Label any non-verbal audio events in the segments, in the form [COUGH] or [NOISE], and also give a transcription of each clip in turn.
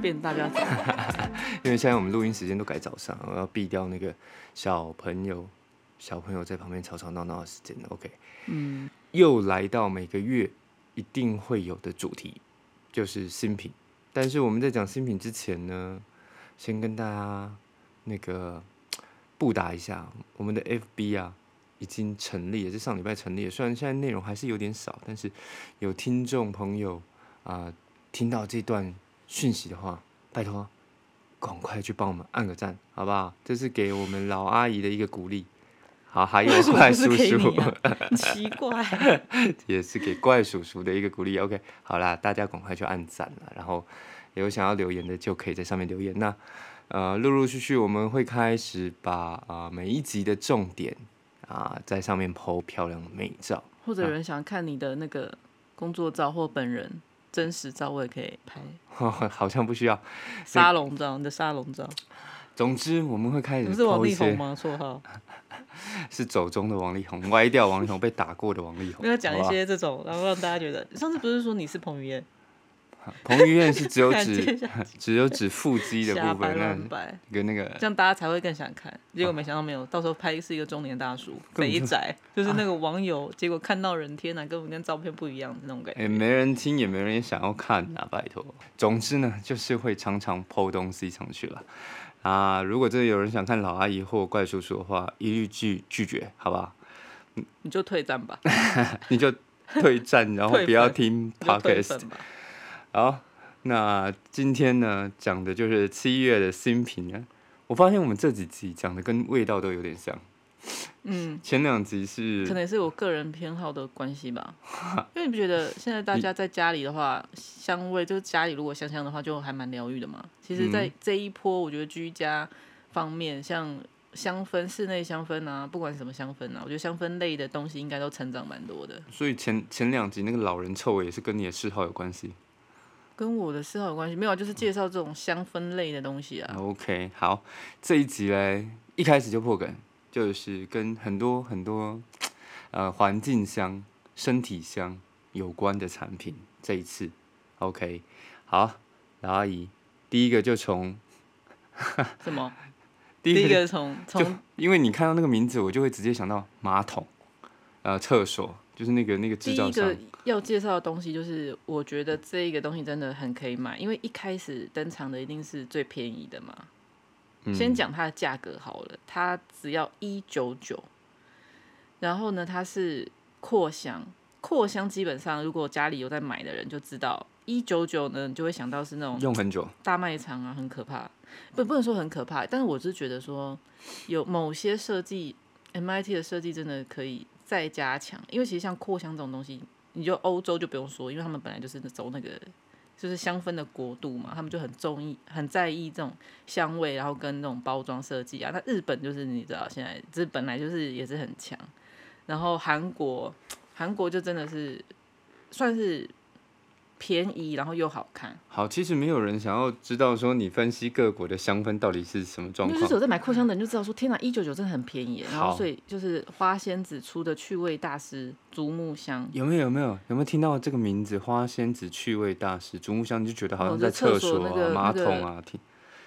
变大家长。因为现在我们录音时间都改早上，我要避掉那个小朋友小朋友在旁边吵吵闹闹的时间。OK， [LAUGHS] 嗯，又来到每个月一定会有的主题，就是新品。但是我们在讲新品之前呢，先跟大家那个布达一下，我们的 FB 啊已经成立了，是上礼拜成立了。虽然现在内容还是有点少，但是有听众朋友啊、听到这段讯息的话，拜托赶快去帮我们按个赞，好不好？这是给我们老阿姨的一个鼓励。好，还有为什么怪不是叔给叔你、啊？奇怪， [LAUGHS] 也是给怪叔叔的一个鼓励。OK，好啦，大家赶快去按赞了，然后有想要留言的就可以在上面留言。那呃，陆陆续续我们会开始把啊、呃每一集的重点啊、在上面 PO 漂亮的美照。 [LAUGHS] 或者有人想看你的那个工作照或本人真实照，我也可以拍好像不需要。沙龙照，你的沙龙照。总之，我们会开始你不是王 PO 一力宏些吗？绰号？是走中的王力宏，歪掉王力宏，被打过的王力 [LAUGHS] 宏。没有讲一好吧些这种，然后让大家觉得上次不是说你是彭于晏？彭于晏是只有感 [LAUGHS] 觉指像只有指腹肌的瞎部掰分，嗯那乱掰，跟那个这样大家才会更想看。结果没想到没有，到时候拍是一个中年大叔根本肥就 [LAUGHS] 宅，就是那个网友，结果看到人天哪，根本跟照片不一样的那种感觉。也没人听，也没人想要看啊，拜托。总之呢，就是会常常抛东西上去了。啊，如果真的有人想看老阿姨或怪叔叔的话，一律拒拒绝，好吧？你就退 [LAUGHS] 战吧，你就退战，然后退不要粉听你就退 podcast 粉。吧。好，那今天呢，讲的就是七月的新品啊。我发现我们这几集讲的跟味道都有点像，嗯，前两集可是能也是我个人偏好的关 [LAUGHS] 系吧，因为你不觉得现在大家在家里的话，香味就是家里如果香香的话，就还蛮疗愈的嘛。其实，嗯在这一波，我觉得居家方面，像香氛、室内香氛啊，不管是什么香氛啊，我觉得香氛类的东西应该都成长蛮多的，所以前前两集那个老人臭味也是跟你的嗜好有关系。跟我的嗜好有关系。没有啊，就是介绍这种香氛类的东西啊。 OK，好，这一集嘞，一开始就破梗，就是跟很多很多呃环境香、身体香有关的产品。这一次，OK，好，老阿姨，第一个就从啊 [LAUGHS] 什么？第第一一个个从就从因为你看到那个名字，我就会直接想到马桶，呃，厕所，就是那个那个第制造一商个，要介绍的东西就是，我觉得这一个东西真的很可以买，因为一开始登场的一定是最便宜的嘛。嗯先讲它的价格好了，它只要一九九，然后呢，它是扩香，扩香基本上如果家里有在买的人就知道，一九九呢，你就会想到是那种用很久，大卖场啊，很可怕。不，不能说很可怕，但是我是觉得说，有某些设计，MIT 的设计真的可以再加强，因为其实像扩香这种东西，你就欧洲就不用说，因为他们本来就是走那个就是香氛的国度嘛，他们就很中意、很在意这种香味，然后跟那种包装设计啊。那日本就是你知道，现在这本来就是也是很强，然后韩国，韩国就真的是算是便宜，然后又好看。好，其实没有人想要知道说你分析各国的香氛到底是什么状因为况就是。有在买扩香的人就知道说，天哪，一九九真的很便宜耶。然后好所以就是花仙子出的趣味大师竹木香，有没有有没有有没有听到这个名字“花仙子趣味大师”？竹木香就觉得好哦像就在厕厕所啊、那个马那个桶啊，听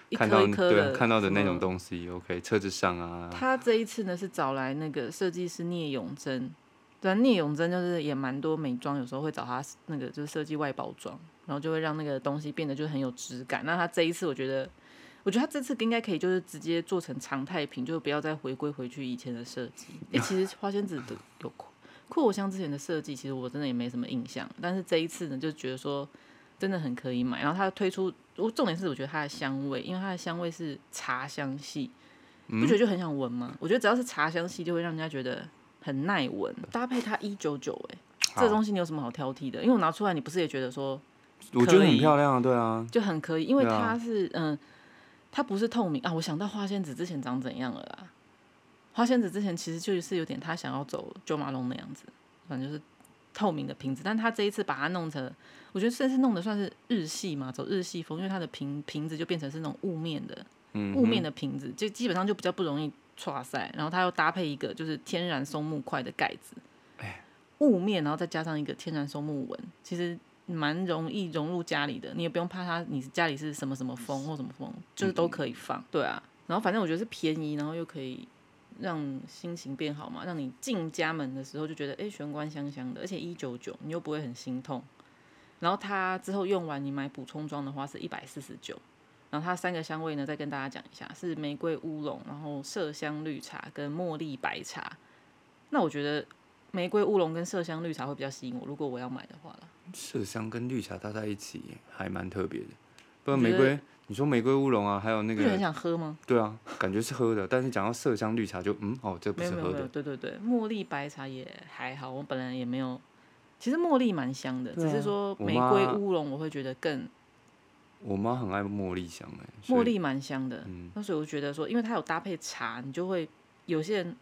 一看到颗一颗对的，看到的那种西。东西。OK，车子上啊，他这一次呢是找来那个设计师聂永贞，对啊，聂永贞就是也蛮多美妆，有时候会找他那个就是设计外包装，然后就会让那个东西变得就很有质感。那他这一次我觉得。我觉得他这次应该可以，就是直接做成常态品，就是不要再回归回去以前的设计。因为其实花仙子的有扩扩香之前的设计，其实我真的也没什么印象。但是这一次呢，就觉得说真的很可以买。然后它推出，我重点是我觉得它的香味，因为它的香味是茶香系，不嗯觉得就很想闻吗？我觉得只要是茶香系，就会让人家觉得很耐闻。搭配它一九九，哎，这东西你有什么好挑剔的？因为我拿出来，你不是也觉得说我觉得可很以漂亮啊，对啊，就很可以，因为对啊它是嗯，它不是透明啊。我想到花仙子之前长怎样了啦。花仙子之前其实就是有点他想要走九马龙那样子，反正就是透明的瓶子，但他这一次把它弄成，我觉得甚至弄得算是日系嘛，走日系风，因为它的瓶瓶子就变成是那种雾面的，雾面的瓶子，就基本上就比较不容易唰塞，然后它又搭配一个就是天然松木块的盖子，雾面，然后再加上一个天然松木纹，其实蛮容易融入家里的，你也不用怕它，你家里是什么什么风或什么风，就是都可以放。对啊，然后反正我觉得是便宜，然后又可以让心情变好嘛，让你进家门的时候就觉得，哎、玄关香香的，而且一九九，你又不会很心痛。然后它之后用完，你买补充装的话是一百四十九。然后它三个香味呢，再跟大家讲一下，是玫瑰乌龙，然后麝香绿茶跟茉莉白茶。那我觉得玫瑰乌龙跟麝香绿茶会比较吸引我，如果我要买的话啦。麝香跟绿茶搭在一起还蛮特别的。不我过觉玫得瑰，你说玫瑰乌龙啊，还有那不是很个，想喝吗？对啊，感觉是喝的，但是讲到麝香绿茶就嗯哦，这不没有是没有喝没有，的，对对对，茉莉白茶也还好，我本来也没有。其实茉莉蛮香的，只是说我玫妈瑰乌龙我会觉得更我妈很爱茉莉香哎、所以茉莉蛮香的。嗯那所以我觉得说，因为它有搭配茶，你就会有些人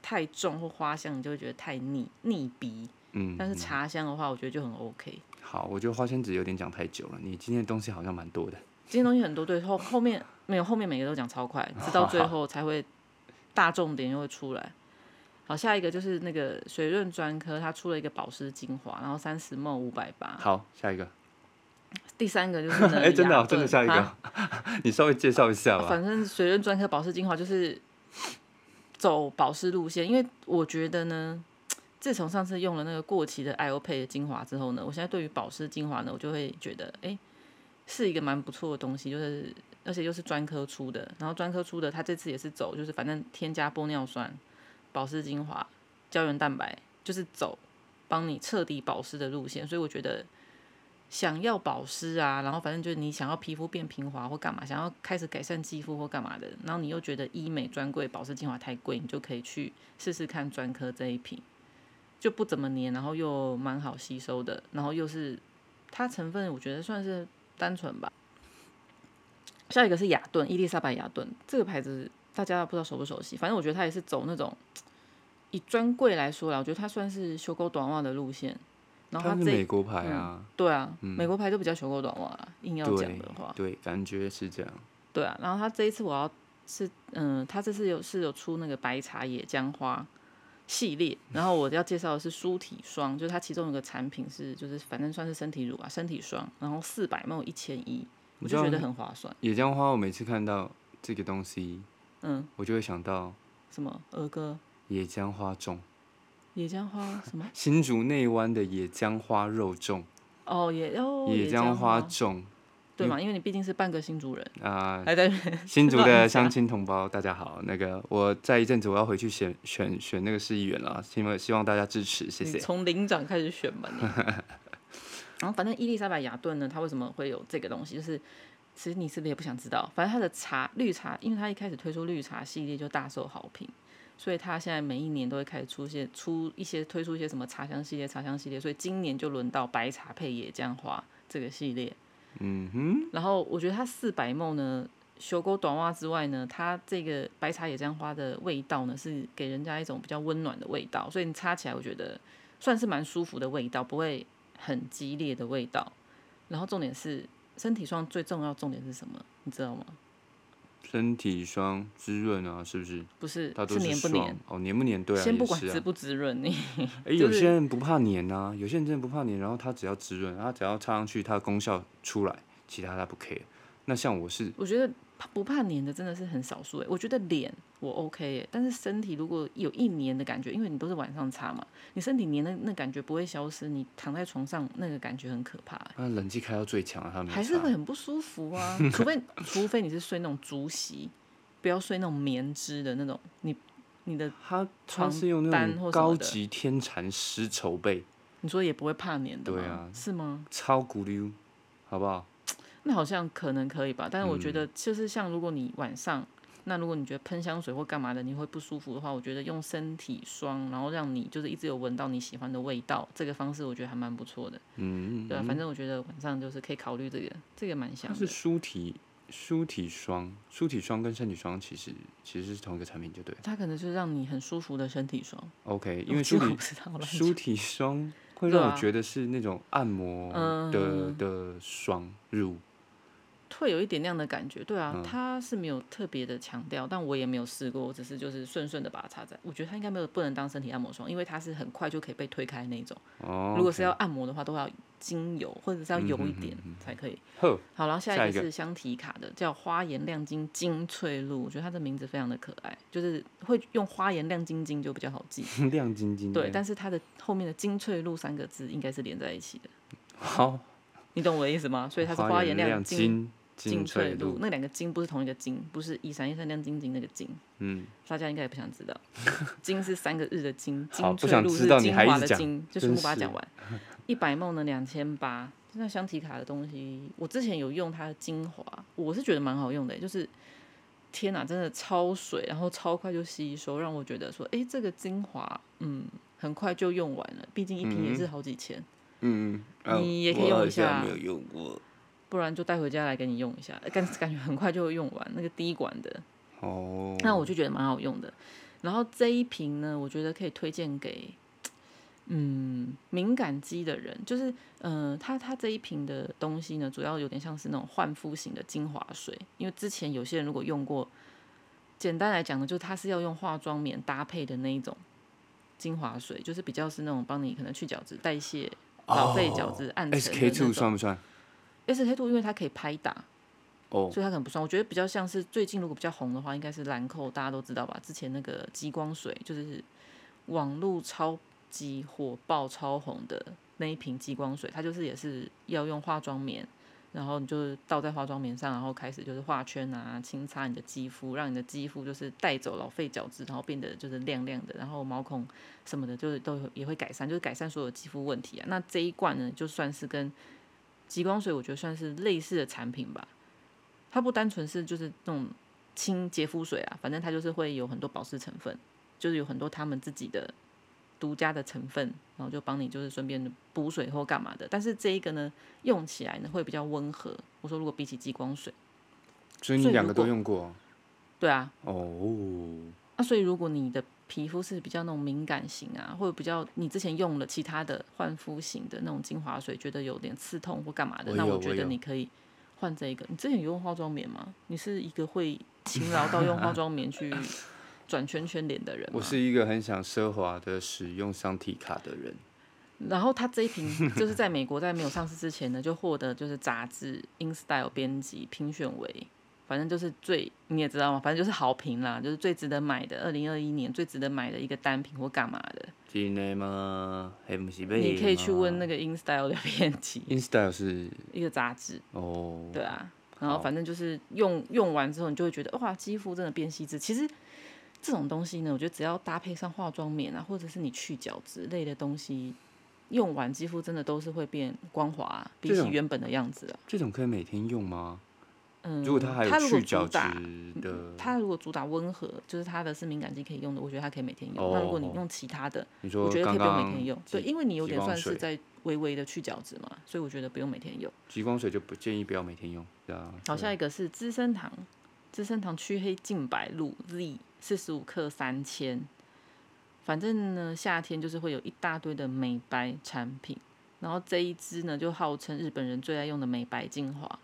太重或花香，你就会觉得太腻腻鼻。嗯，但是茶香的话，我觉得就很 OK。好，我觉得花仙子有点讲太久了，你今天的东西好像蛮多的。这些东西很多，对后后面没有，后面每个都讲超快，直到最后才会大重点又会出来。好，下一个就是那个水润专科，它出了一个保湿精华，然后三十 ml 五百八。好，下一个，第三个就是 [LAUGHS] 哎、真的、啊哦，，真的下一啊个， [LAUGHS] 你稍微介绍一下吧。反正水润专科保湿精华就是走保湿路线，因为我觉得呢，自从上次用了那个过期的 i o p 的精华之后呢，我现在对于保湿精华呢，我就会觉得，哎、是一个蛮不错的东西，就是而且又是专科出的，然后专科出的它这次也是走，就是反正添加玻尿酸、保湿精华、胶原蛋白，就是走帮你彻底保湿的路线，所以我觉得想要保湿啊，然后反正就是你想要皮肤变平滑或干嘛，想要开始改善肌肤或干嘛的，然后你又觉得医美专柜保湿精华太贵，你就可以去试试看专科这一瓶，就不怎么黏，然后又蛮好吸收的，然后又是它成分我觉得算是单纯吧。下一个是雅顿，伊丽莎白雅顿这个牌子大家不知道熟不熟悉，反正我觉得它也是走那种以专柜来说啦，我觉得它算是修勾短袜的路线，然后它是这一美国牌啊，对啊，美国牌都比较修够短袜啦，硬要讲对的话，哦对，感觉是这样。对啊。然后他这一次我要是，嗯、他这次有是有出那个白茶野姜花系列，然后我要介绍的是舒体霜，就是它其中有个产品是就是反正算是身体乳啊，身体霜，然后四百梦一千一，我就觉得很划算。野姜花，我每次看到这个东西，嗯，我就会想到什么儿歌野姜花粽，野姜花什么？新竹内湾的野姜花肉粽，哦野哦野姜姜花嗯粽对嘛？因为你毕竟是半个新族人， [LAUGHS] 啊、还在新竹乱的讲乡亲同胞，大家好。那个我在一阵子我要回去选选选那个市议员了，希望希望大家支持，谢你谢。从领长开始选吧 [LAUGHS] 你。然后反正伊丽莎白雅顿呢，它为什么会有这个东西？就是其实你是不是也不想知道？反正它的茶绿茶，因为它一开始推出绿茶系列就大受好评，所以它现在每一年都会开始出现出一些推出一些什么茶香系列、茶香系列，所以今年就轮到白茶配野姜花这个系列。嗯哼。然后我觉得它四百梦呢。修勾短袜之外呢，它这个白茶野姜花的味道呢，是给人家一种比较温暖的味道，所以你擦起来，我觉得算是蛮舒服的味道，不会很激烈的味道。然后重点是身体霜最重要重点是什么？你知道吗？身体霜滋润啊，是不是？不是它都是黏不霜黏？哦，黏不黏？对啊，先不也管是啊。滋不滋润，你哎、有些人不怕黏啊，有些人真的不怕黏，然后它只要滋润，它只要擦上去，它的功效出来，其他它不 care。那像我是我觉得怕不怕黏的真的是很少数诶。欸我觉得脸我 OK 诶，但是身体如果有一黏的感觉，因为你都是晚上擦嘛，你身体黏的那感觉不会消失，你躺在床上那个感觉很可怕欸、啊，冷气开到最强啊，它没还是擦会很不舒服啊。[LAUGHS] 除非除非你是睡那种竹席，不要睡那种棉织的那种，你你的它它床是用那单种或什高么的级天蚕丝绸被，你说也不会怕黏的吗？对啊是吗？超骨溜，好不好？那好像可能可以吧，但是我觉嗯得就是像如果你晚上，那如果你觉得喷香水或干嘛的你会不舒服的话，我觉得用身体霜，然后让你就是一直有闻到你喜欢的味道，这个方式我觉得还蛮不错的。嗯，对啊，反正我觉得晚上就是可以考虑这个，这个蛮香它的。是舒体舒体霜，舒体霜跟身体霜其实其实是同一个产品，就对了。它可能就是让你很舒服的身体霜， OK，因为这舒个我体不 [LAUGHS] 知道了。舒体霜会对让啊我觉得是那种按摩嗯的的霜乳。会有一点那样的感觉，对嗯啊，它是没有特别的强调，但我也没有试过，我只是就是顺顺的把它擦在。我觉得它应该没有不能当身体按摩霜，因为它是很快就可以被推开那一种。哦，嗯如果是要按摩的话，都要精油，或者是要油一点才可以。呵，好，然后下下一一个个是香缇卡的，叫花颜亮晶精粹露，我觉得它的名字非常的可爱，就是会用花颜亮晶晶就比较好记。 [LAUGHS] 亮晶晶的。对，但是它的后面的精粹露三个字应该是连在一起的，好，你懂我的意思吗？所以它是花花颜颜亮晶晶精晶粹翠露，露。那两个晶不是同一个晶，不是一闪一闪亮晶晶那个晶。嗯，大家应该也不想 [LAUGHS] 知道，金是三个日的金，好金不翠想露是知道你精还一华直的讲金，就真全部把它是讲完。一百梦呢两千八，那香缇卡的东西，我之前有用它的精华，我是觉得蛮好用的、欸就是天哪、真的超水，然后超快就吸收，让我觉得说，哎、这个精华，嗯，很快就用完了，毕竟一瓶也是好几千，嗯，你也可以用一下我好像没有用过。不然就带回家来给你用一下，感感觉很快就会用完那个滴管的。哦，那我就觉得蛮好用的。然后这一瓶呢，我觉得可以推荐给嗯敏感肌的人，就是嗯、呃，它它这一瓶的东西呢，主要有点像是那种焕肤型的精华水，因为之前有些人如果用过，简单来讲呢，就是它是要用化妆棉搭配的那一种精华水，就是比较是那种帮你可能去角质、代谢、老废角质、暗沉哦 S 的 K 那 two 种。算不算？ S K two 因为它可以拍打，哦，所以它可能不算。我觉得比较像是最近如果比较红的话，应该是兰蔻，大家都知道吧？之前那个极光水就是网络超级火爆、超红的那一瓶极光水，它就是也是要用化妆棉，然后你就是倒在化妆棉上，然后开始就是画圈啊，轻擦你的肌肤，让你的肌肤就是带走老废角质，然后变得就是亮亮的，然后毛孔什么的，就是都有也会改善，就是改善所有肌肤问题啊。那这一罐呢，就算是跟极光水，我觉得算是类似的产品吧。它不单纯是就是那种清洁肤水啊，反正它就是会有很多保湿成分，就是有很多他们自己的独家的成分，然后就帮你就是顺便补水或干嘛的。但是这一个呢，用起来呢会比较温和。我说如果比起激光水，所以所你以两如个都果用过对啊，哦哦。那所以如果你的皮肤是比较那种敏感型啊，或者比较你之前用了其他的焕肤型的那种精华水，觉得有点刺痛或干嘛的，我那有我我觉得有你可以换这一个。你之前有用化妆棉吗？你是一个会勤劳到用化妆棉 [LAUGHS] 去转圈圈脸的人吗？我是一个很想奢华的使用香缇卡的人。然后他这一瓶就是在美国在没有上市之前呢，就获得就是杂志 InStyle 编辑评选为，反正就是最你也知道嘛，反正就是好评啦，就是最值得买的，二零二一年最值得买的一个单品或干嘛的，今天吗？还不是被你可以去问那个 InStyle 的编辑， [LAUGHS] InStyle 是一个杂志，哦，对啊。然后反正就是用用完之后，你就会觉得哇，肌肤真的变细致。其实这种东西呢，我觉得只要搭配上化妆棉啊，或者是你去角质类的东西，用完肌肤真的都是会变光滑、啊比这起种原本的样子啊。这种可以每天用吗？嗯，如果它还有如果去角主质打，嗯的，它如果主打温和，就是它的是敏感肌可以用的，我觉得它可以每天用。那如果你哦用其他的，你说我觉得刚可以不用刚每天用。对，极因为你有极点光算是水在微微的去角质嘛，所以我觉得不用每天用。极光水就不建议不要每天用，对啊。好，下一个是资生堂，资生堂去黑净白露 Z 四十五克三千，反正呢夏天就是会有一大堆的美白产品，然后这一支呢就号称日本人最爱用的美白精华，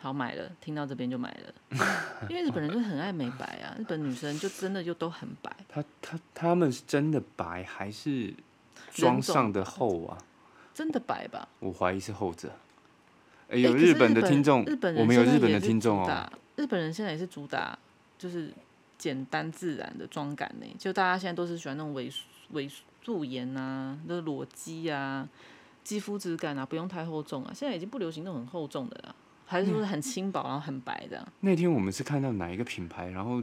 好买了，听到这边就买了，因为日本人就很爱美白啊，日本女生就真的就都很白，它它它们是真的白还是人妆种上的厚啊？真的白吧？我怀疑是后者。哎，诶有可是本的日听众日本，人我们有现在日本也的是听众主哦。打。日本人现在也是主打就是简单自然的妆感呢，就大家现在都是喜欢那种微微素颜啊，就是裸肌啊，肌肤质感啊，不用太厚重啊。现在已经不流行那种很厚重的了，还是说是很轻薄然后很白的啊、那天我们是看到哪一个品牌，然后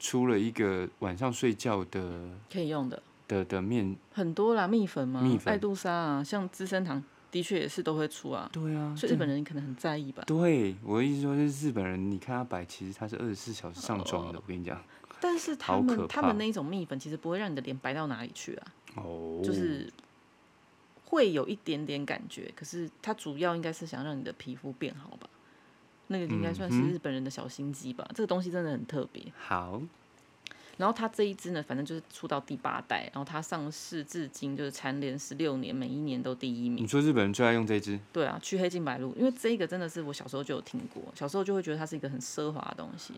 出了一个晚上睡觉的可以用的的的嗯面，很多啦，蜜粉嘛，蜜粉爱杜莎啊，像资生堂的确也是都会出啊，对啊，所以日本人可能很在意吧。对，我的意思说是日本人，你看他白，其实他是二十四小时上妆的。我跟你讲，但是他好们可他们怕那一种蜜粉其实不会让你的脸白到哪里去啊。哦，就是会有一点点感觉，可是它主要应该是想让你的皮肤变好吧。那个应该算是日本人的小心机吧，这个东西真的很特别。好，然后它这一支呢，反正就是出到第八代，然后它上市至今就是蝉联十六年，每一年都第一名。你说日本人最爱用这支，对啊，去黑净白露，因为这一个真的是我小时候就有听过，小时候就会觉得它是一个很奢华的东西。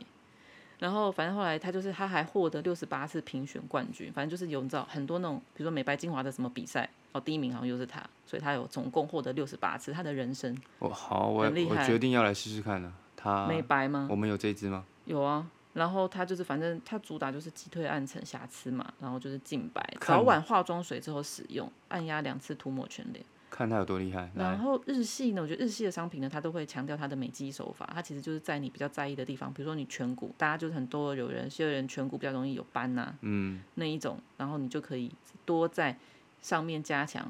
然后反正后来他就是他还获得六十八次评选冠军，反正就是有你知道很多那种，比如说美白精华的什么比赛，哦，第一名好像又是他，所以他有总共获得六十八次，他的人生我、哦好，我很厉我害决定要来试试看了。它美白吗？我们有这一只吗？有啊，然后它就是反正它主打就是击退暗沉瑕疵嘛，然后就是净白，看早晚化妆水之后使用，按压两次涂抹全脸。看它有多厉害。来，然后日系呢，我觉得日系的商品呢，它都会强调它的美肌手法，它其实就是在你比较在意的地方，比如说你颧骨，大家就是很多有人，有些人颧骨比较容易有斑呐、嗯，那一种，然后你就可以多在上面加强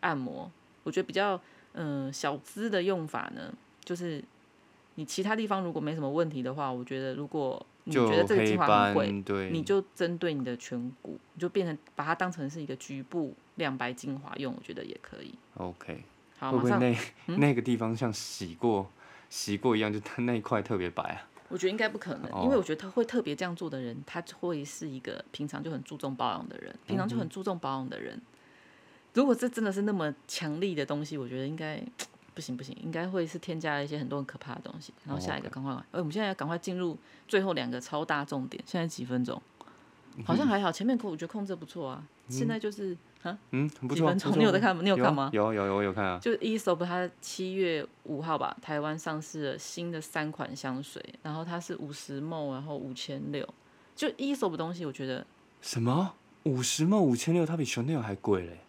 按摩。我觉得比较嗯、呃小资的用法呢，就是你其他地方如果没什么问题的话，我觉得如果你就觉得这个黑精华很贵，斑，对，你就针对你的颧骨，你就变成把它当成是一个局部亮白精华用，我觉得也可以。 OK。好，会不马会上嗯那、 [LAUGHS] 那个地方像洗过洗过一样，就它那一块特别白啊？我觉得应该不可能，因为我觉得他会特别这样做的人，他会是一个平常就很注重保养的人，平常就很注重保养的人。如果这真的是那么强力的东西，我觉得应该不行不行，应该会是添加了一些很多很可怕的东西。然后下一个赶快，哎、我们现在要赶快进入最后两个超大重点，现在几分钟？好像还好，前面控我觉得控制不错啊。现在就是啊，嗯，很不几错啊。分不钟？错你有啊在看吗？你有啊看吗？有有有我有看啊。就 Aesop 它七月五号吧，台湾上市了新的三款香水，然后它是五十梦，然后五千六。就 Aesop 的东西，我觉得什么？五十梦五千六，它比 Chanel 还贵嘞。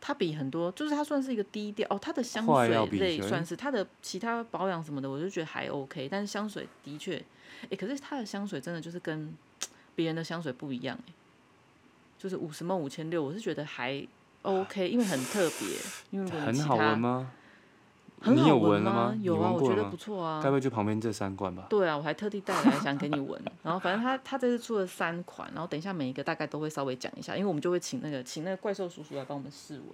它比很多，就是它算是一个低调哦。它的香快水要比类起来算是它的其他保养什么的，我就觉得还 OK。但是香水的确，哎、可是它的香水真的就是跟别人的香水不一样、诶欸就是五十梦五千六，我是觉得还 OK，因为很特别。因为如果你啊很其好他闻吗？很你好有闻闻了吗有你啊，闻我过了觉得吗不错啊。该不会就旁边这三罐吧？对啊，我还特地带来想给你闻。然后反正他他这次出了三款，然后等一下每一个大概都会稍微讲一下，因为我们就会请那个请那个怪兽叔叔来帮我们试闻。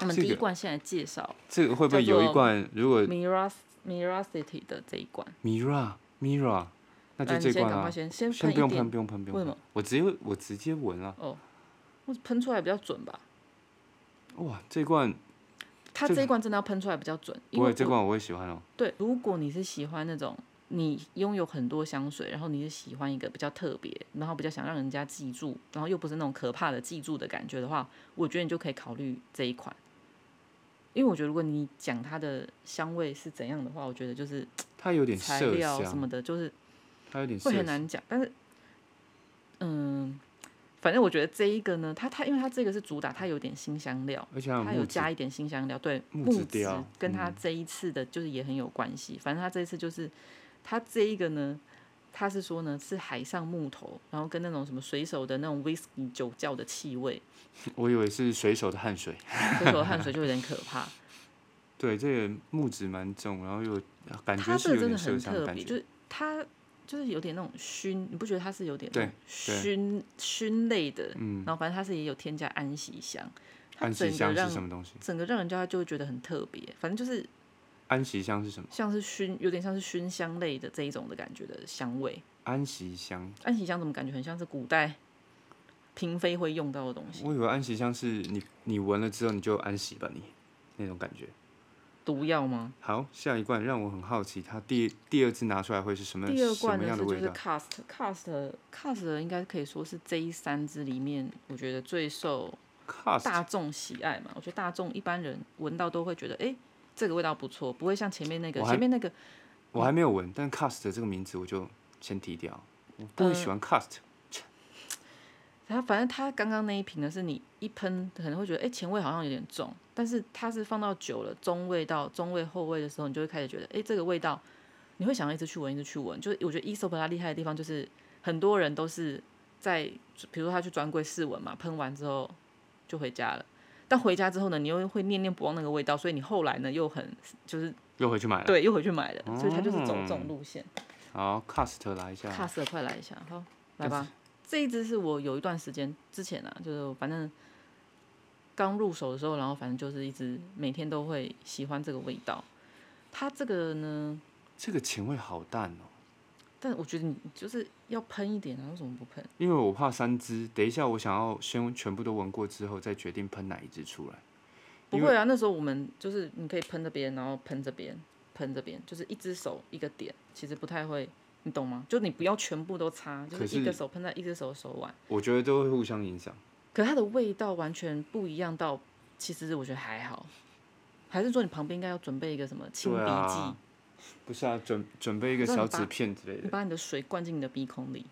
我们这第一个罐现在介绍这个会不会叫有做一罐？如果 Miras Miracity 的这一罐， Mira Mira，那就来你这先罐赶快啊。先先先喷不一用喷，点，不用喷，不为用什喷。我直接我直接闻啊！我喷出来比较准吧。哇，这罐它这一罐真的要喷出来比较准，因不为会，这我罐我会喜欢哦。对，如果你是喜欢那种你拥有很多香水，然后你是喜欢一个比较特别，然后比较想让人家记住，然后又不是那种可怕的记住的感觉的话，我觉得你就可以考虑这一款。因为我觉得，如果你讲它的香味是怎样的话，我觉得就是它有点材麝料什香，么的，就是它有点会麝很难讲。但是，嗯，反正我觉得这一个呢，它它因为它这个是主打，它有点新香料，而且还有它有木质加一点新香料，对木木质调嗯质跟它这一次的就是也很有关系。反正它这一次就是它这一个呢，它是说呢是海上木头，然后跟那种什么水手的那种 whisky 酒窖的气味，我以为是水手的汗水。水手的汗水就有点可怕。对，这个木质蛮重，然后又 [LAUGHS] 感觉它是这有个真点的麝很香的特感别，觉。就是它就是有点那种熏，你不觉得它是有点那对种熏熏类的？嗯，然后反正它是也有添加安息香，嗯它安息整个香是让什么东西？整个让人家就会觉得很特别，反正就是安息香是什么？像是熏，有点像是熏香类的这一种的感觉的香味。安息香，安息香怎么感觉很像是古代嫔妃会用到的东西？我以为安息香是你你闻了之后你就安息吧你那种感觉。毒药吗？好，下一罐让我很好奇，它第第二次拿出来会是什么第二什罐么呢样是的就味是道？ cast cast cast 应该可以说是这一三支里面，我觉得最受靠，大众喜爱嘛。我觉得大众一般人闻到都会觉得，哎、这个味道不错，不会像前面那个我还前面那个我还没有闻，但 cast 这个名字我就先提掉，我不呃会喜欢 cast。它反正它刚刚那一瓶呢，是你一喷可能会觉得，哎、前味好像有点重，但是它是放到久了，中味到中味后味的时候，你就会开始觉得，哎、这个味道，你会想要一直去闻，一直去闻。就是我觉得 e s o p 它厉害的地方，就是很多人都是在，比如说他去专柜试闻嘛，喷完之后就回家了。但回家之后呢，你又会念念不忘那个味道，所以你后来呢又很就是又回去买了。嗯对，又回去买了，所以它就是走这种路线。好，cast 来一下。卡斯，快来一下，好，来吧。这一啊支是我有一段时间之前啊，就是我反正刚入手的时候，然后反正就是一直每天都会喜欢这个味道。它这个呢，这个前味好淡哦，但我觉得你就是要喷一点啊，为什么不喷？因为我怕三支，等一下我想要先全部都闻过之后再决定喷哪一支出来。不会啊，那时候我们就是你可以喷这边，然后喷这边，喷这边，就是一只手一个点，其实不太会，你懂吗？就你不要全部都擦，就可是一个是手喷在一只手的手腕。我觉得都会互相影响。可是它的味道完全不一样到，其实我觉得还好。还是说你旁边应该要准备一个什么清鼻对剂，啊不是啊，准准备一个那你小把纸片之类你的，把你的水灌进你的鼻孔里，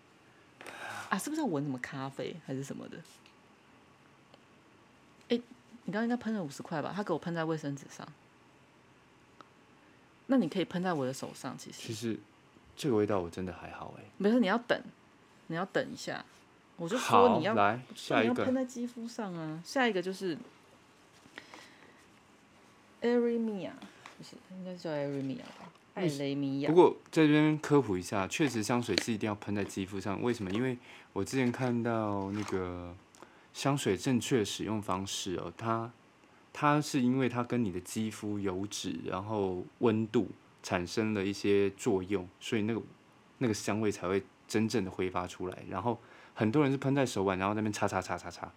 啊，是不是要闻什么咖啡还是什么的？哎、你刚刚应该喷了五十块吧？他给我喷在卫生纸上，那你可以喷在我的手上，其实其实这个味道我真的还好哎、没事，你要等，你要等一下，我就说好，你要来下你一要个喷在肌肤上啊。下一个就是 Arimia，不是应该是叫 Arimia 吧？艾雷米亚不，过在这边科普一下，确实香水是一定要喷在肌肤上。为什么？因为我之前看到那个香水正确的使用方式哦，它它是因为它跟你的肌肤油脂，然后温度产生了一些作用，所以那个那个香味才会真正的挥发出来。然后很多人是喷在手腕，然后在那边擦擦擦擦擦，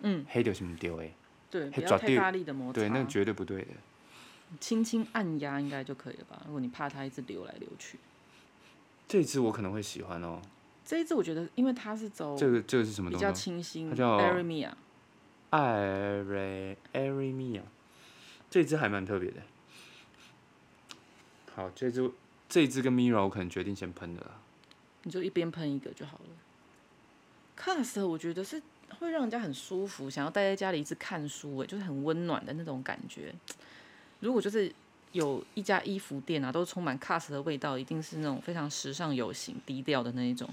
嗯，黑掉什么丢哎，对，不嘿要绝太对大力的摩擦，对，那绝对不对的。轻轻按压应该就可以了吧？如果你怕它一直流来流去，这一支我可能会喜欢哦，这一支我觉得，因为它是走这个这个是什么比东较东？清新它叫 a r i m i a 艾瑞艾瑞米亚，啊这只还蛮特别的。好，这只这只跟 Mira 我可能决定先喷的啦。你就一边喷一个就好了。Cast 我觉得是会让人家很舒服，想要待在家里一直看书、欸，就是很温暖的那种感觉。如果就是有一家衣服店啊，都充满 Cast 的味道，一定是那种非常时尚、有型、低调的那一种。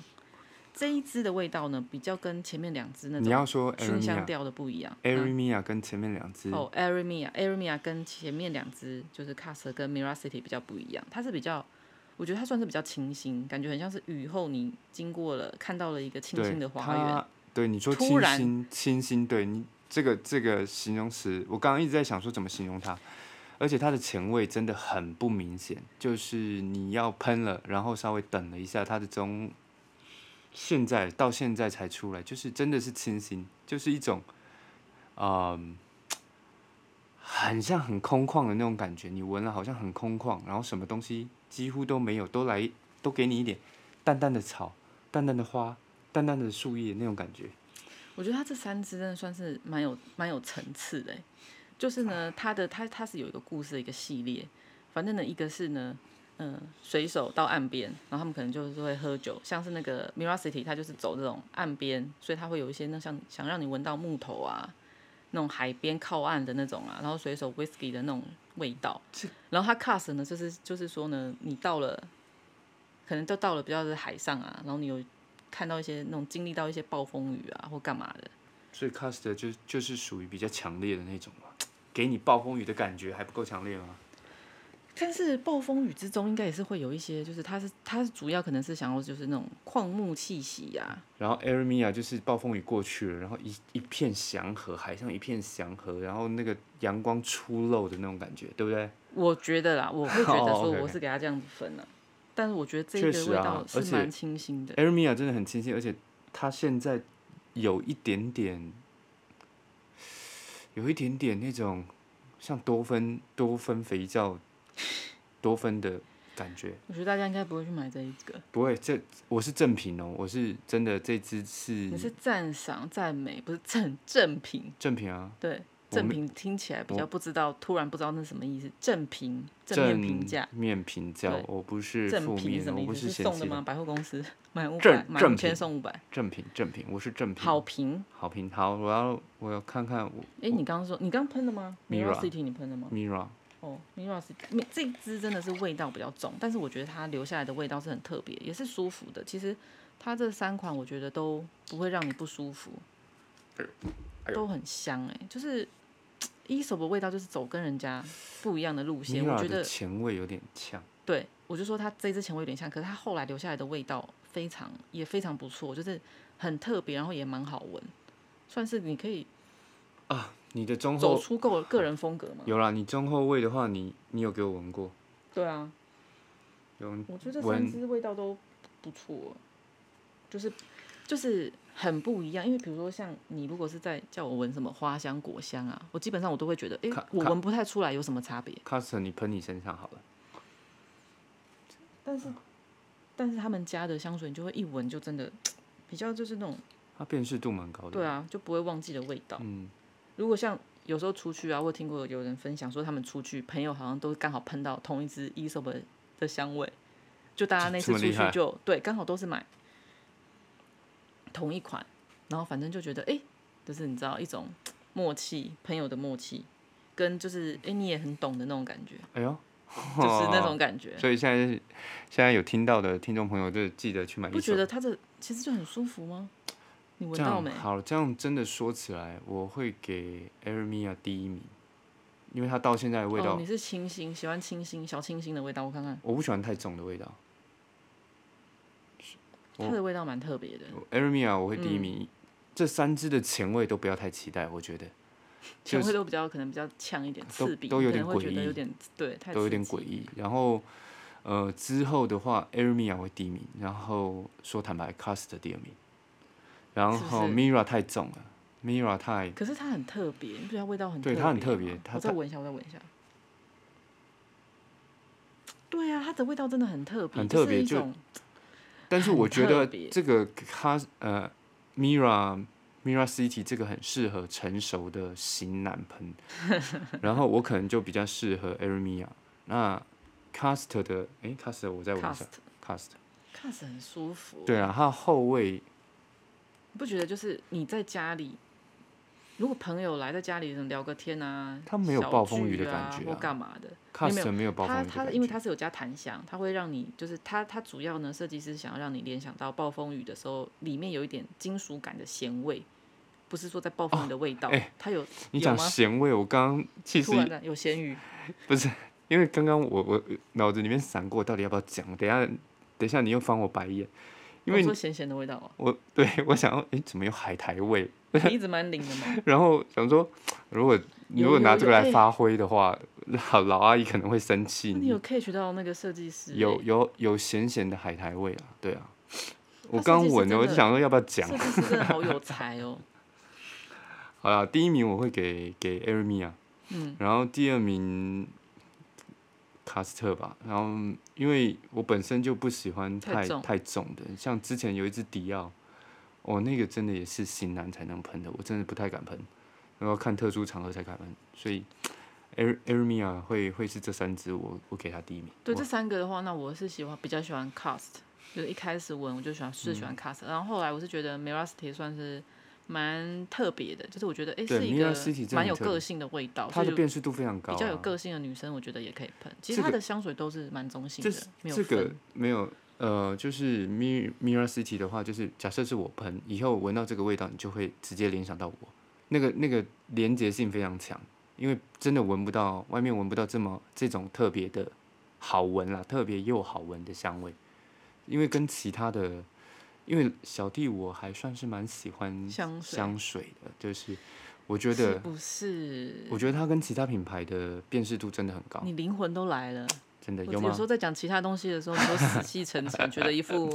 这一支的味道呢，比较跟前面两支那你种要说艾瑞熏米香亚，调的嗯不一样。艾瑞米亚啊跟前面两只，哦 a r i m i a a r i m i a 跟前面两只就是 Cast 跟 Mira City 比较不一样，它是比较，我觉得它算是比较清新，感觉很像是雨后你经过了，看到了一个清对新的花园。它，对你说突清然新清新，对你这个这个形容词，我刚刚一直在想说怎么形容它，而且它的前味真的很不明显，就是你要喷了，然后稍微等了一下，它的中现在到现在才出来，就是真的是清新，就是一种，嗯、很像很空旷的那种感觉，你闻了好像很空旷，然后什么东西几乎都没有，都来都给你一点淡淡的草、淡淡的花、淡淡的树叶那种感觉。我觉得它这三支真的算是蛮有蛮有层次的欸，就是呢，它的它它是有一个故事的一个系列，反正呢，一个是呢，嗯、水手到岸边，然后他们可能就是会喝酒，像是那个 Mira City，它就是走这种岸边，所以它会有一些那像想让你闻到木头啊，那种海边靠岸的那种啊，然后水手 whisky 的那种味道，然后它 cast 呢，就是就是说呢，你到了，可能就到了比较是海上啊，然后你有看到一些那种经历到一些暴风雨啊或干嘛的。所以 cast 就就是属于比较强烈的那种嘛，给你暴风雨的感觉还不够强烈吗？但是暴风雨之中，应该也是会有一些，就是它是它是主要可能是想要就是那种矿木气息呀、然后 Aramia 就是暴风雨过去了，然后一一片祥和，海上一片祥和，然后那个阳光初露的那种感觉，对不对？我觉得啦，我会觉得哦说，OK，OK 我是给它这样子分了、但是我觉得这确个实味啊道是而且蛮清新的。 Aramia 真的很清新，而且它现在有一点点，有一点点那种像多芬多芬肥皂多芬的感觉。我觉得大家应该不会去买这一个，不会，这我是正品哦，我是真的这支你是是赞赏赞美，不是正正品。正品啊，对，我正们品听起来比较不知道，突然不知道那是什么意思。正评正面正评价，面评价对，我不是正负评是面什的，么我意不思？是嫌送的弃吗？百货公司 [LAUGHS] 买五百正买五正千品送五百，正品正品，我是正品，好评。好评好，我要我要看看我哎、你刚刚说你刚喷的吗 Mira City 你喷的吗？ Mira 哦，Mira City 这一支真的是味道比较重，但是我觉得它留下来的味道是很特别，也是舒服的。其实它这三款我觉得都不会让你不舒服，哎都很香哎、就是一手的味道就是走跟人家不一样的路线，我 Mira 觉的得前味有点呛，对，我就说它这支前味有点像，可是它后来留下来的味道非常也非常不错，就是很特别，然后也蛮好闻，算是你可以啊你的中走后出个个人风格嘛。有啦，你中后味的话，你你有给我闻过，对啊，有我觉得这三闻支味道都不错，就是就是很不一样。因为比如说像你如果是在叫我闻什么花香、果香啊，我基本上我都会觉得，诶，看我看闻不太出来有什么差别。 Custom 你喷你身上好了，但是但是他们家的香水，你就会一闻就真的比较就是那种它辨识度蛮高的。对啊，就不会忘记的味道。嗯，如果像有时候出去啊，我有听过有人分享说，他们出去朋友好像都刚好喷到同一支 e s o p 的香味，就大家那次这么出厉害去就对，刚好都是买同一款，然后反正就觉得哎、诶就是你知道一种默契，朋友的默契，跟就是哎、诶你也很懂的那种感觉，哎呦，就是那种感觉，所以现在现在有听到的听众朋友，就记得去买不一觉手。得它这其实就很舒服吗？你闻这到样没？好，这样真的说起来，我会给 Eremia 第一名，因为它到现在的味道，哦，你是清新，喜欢清新小清新的味道，我看看我不喜欢太重的味道。它的味道蛮特别的。嗯 Eremia 我会第一名，这三支的前味都不要太期待，我觉得前就味都比较可能比较呛一点，都刺鼻，都有可能点会觉诡得异有点对，太都有刺点激诡异。然后呃之后的话，Eremia 会第一名，然后说坦白，Cast 第二名，然是不后是 Mira 太重了，Mira 太可是它很特别，你不觉得它味道很对特它很别特别吗它我再它闻一下，我再闻一下。对啊，它的味道真的很特别，很就特是别一就种但是很我觉特得别这个它呃，Mira Mira City 这个很适合成熟的型男喷，然后我可能就比较适合 Eremia。那 Cast 的，诶 c a s t 我再闻一下 cast ，Cast， cast 很舒服。对啊，它的后味你不觉得就是你在家里，如果朋友来在家里聊个天啊，它没有小暴风雨聚的感啊觉或啊干嘛的，没有 Cast 没有暴风它雨的它感因为觉，它是有加檀香，它会让你就是它它主要呢，设计师想要让你联想到暴风雨的时候，里面有一点金属感的咸味，不是说在暴风雨的味道，哎它有你有讲吗？咸味，我刚刚其实突然的有咸鱼，因为刚刚我我脑子里面闪过，到底要不要讲？等一下等一下你又翻我白眼，因我为说你咸咸的味道哦、我对我想要，诶，怎么有海苔味？你一直蛮灵的嘛，然后想说，如果有如果有拿有这个来哎发挥的话，老老阿姨可能会生 [LAUGHS] 气那你你。有 catch 到那个设计师、有有有咸咸的海苔味啊，对啊。我设刚计师闻了，真我就的想说要不要欸讲设？计师真的好有才哦、好啦，第一名我会给给 e r m i a 嗯，然后第二名卡斯特吧。然后因为我本身就不喜欢太太重太重的，像之前有一只迪奥，哦，那个真的也是型男才能喷的，我真的不太敢喷，然后看特殊场合才敢喷，所以。Air a i r m i a 会会是这三只，我我给他第一名。对我这三个的话，那我是喜欢比较喜欢 cast，就是一开始闻我就喜欢是喜嗯欢 cast，、然后后来我是觉得 Miracity 算是蛮特别的，就是我觉得哎、对是一 Miracity 真个的蛮很有特别个性的味道，它所的以辨识度非常高、啊，比较有个性的女生我觉得也可以喷。其实这个它的香水都是蛮中性这的是，没有这个分没有，呃，就是 Mir Mirror City 的话，就是假设是我喷，以后闻到这个味道，你就会直接联想到我，那个那个连结性非常强，因为真的闻不到，外面闻不到这么这种特别的好闻啦，特别又好闻的香味，因为跟其他的，因为小弟我还算是蛮喜欢香水香水的，就是我觉是得，不是？我觉得它跟其他品牌的辨识度真的很高，你灵魂都来了，真的嗯我有有吗时？候在讲其他东西的时候，你都死气 [LAUGHS] 沉沉，觉得一副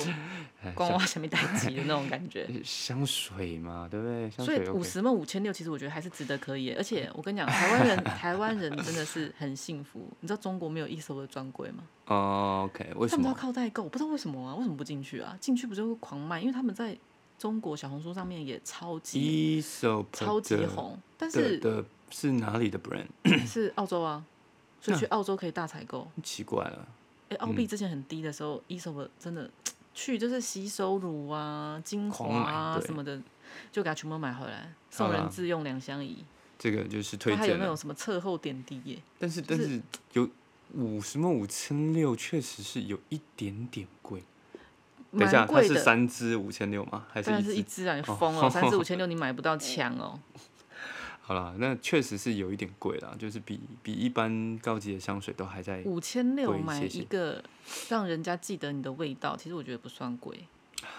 哎光挖什么代级的那种感觉。香水嘛，对不对？香所以水五 OK。十梦五千六，其实我觉得还是值得可以耶。而 [LAUGHS] 且我跟你讲，台湾人台湾人真的是很幸福。你知道中国没有一手的专柜吗？哦，OK，为他什们都要么？靠代购，我不知道为什么啊？为什么不进去啊？进去不就会狂卖？因为他们在中国小红书上面也超级一手超级红，但的是的是哪里的 brand？ [CLEARS THROAT] 是澳洲啊，所以嗯去澳洲可以大采购。奇怪了，哎、澳嗯币之前很低的时候，一手的真的去就是吸收乳啊、精华狂买啊对什么的，就给他全部买回来，好送人啦自用两相宜。这个就是推它还有荐啊那了。种什么侧后点滴耶。但是但是有五什么五千六，确实是有一点点贵。等一下，蛮它贵是的，三支五千六吗？还是当然一是一支？哦支啊！你疯了，三四 [LAUGHS] 五千六你买不到枪哦。好啦，那确实是有一点贵啦，就是比比一般高级的香水都还在。五千六贵一些买些一个让人家记得你的味道，其实我觉得不算贵。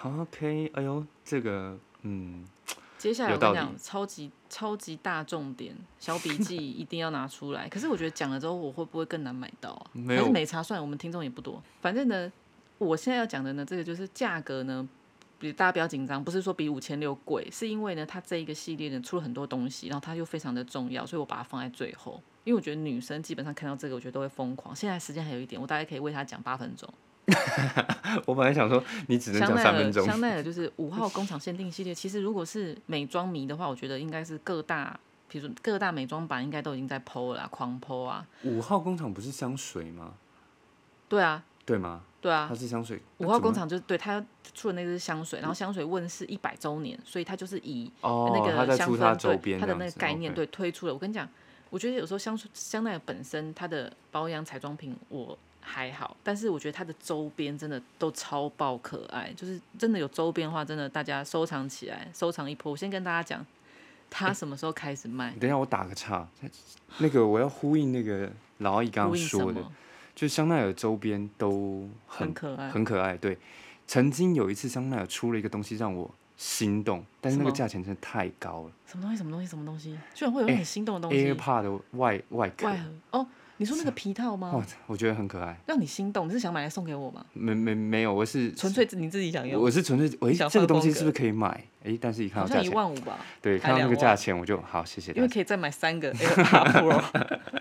OK，哎呦，这个嗯， [LAUGHS] 接下来有我跟道你理讲，超级超级大重点，小笔 [LAUGHS] 记一定要拿出来。可是我觉得讲了之后，我会不会更难买到啊？没还是有没差算了，我们听众也不多。反正呢，我现在要讲的呢，这个就是价格呢，比大家不要紧张，不是说比五千六贵，是因为呢，它这一个系列呢出了很多东西，然后它又非常的重要，所以我把它放在最后。因为我觉得女生基本上看到这个，我觉得都会疯狂。现在时间还有一点，我大概可以为她讲八分钟。我本来想说你只能香讲奈三分儿，钟，香奈儿就是 [LAUGHS] 五号工厂限定系列。其实如果是美妆迷的话，我觉得应该是各大，比如说各大美妆版应该都已经在剖了啦，狂剖啊，五号工厂不是香水吗？对啊，对吗？对啊它。是香水。五号工厂就是对它出的那支香水，然后香水问世一百周年，所以它就是以哦，那它个在香出氛周对边它这的样那个子概念 OK 对推出了。我跟你讲，我觉得有时候香水香奈儿本身它的保养彩妆品我还好，但是我觉得它的周边真的都超爆可爱，就是真的有周边的话，真的大家收藏起来，收藏一波。我先跟大家讲，它什么时候开始卖，等一下，我打个岔，那个我要呼应那个老阿姨刚呼刚应 [LAUGHS] 什说的，么？就是香奈儿周边都很很可爱，很可爱。对，曾经有一次香奈儿出了一个东西让我心动，但是那什个么价钱真的太高了哎什么东西？什么东西？什么东西？居然会有很心动的东西？ ，AirPod 的外外壳，外盒哦，你说那啊个皮套吗哇？，我觉得很可爱。让你心动，你是想买来送给我吗？没没没有，我是纯粹你自己想用，我是纯粹，喂，想这个换东西风格是不是可以买？哎，但是一看好到价像一钱，万五吧。对，还看到那两个万价钱我就好，谢谢因大为家。可以再买 [LAUGHS] 三个 AirPod Pro，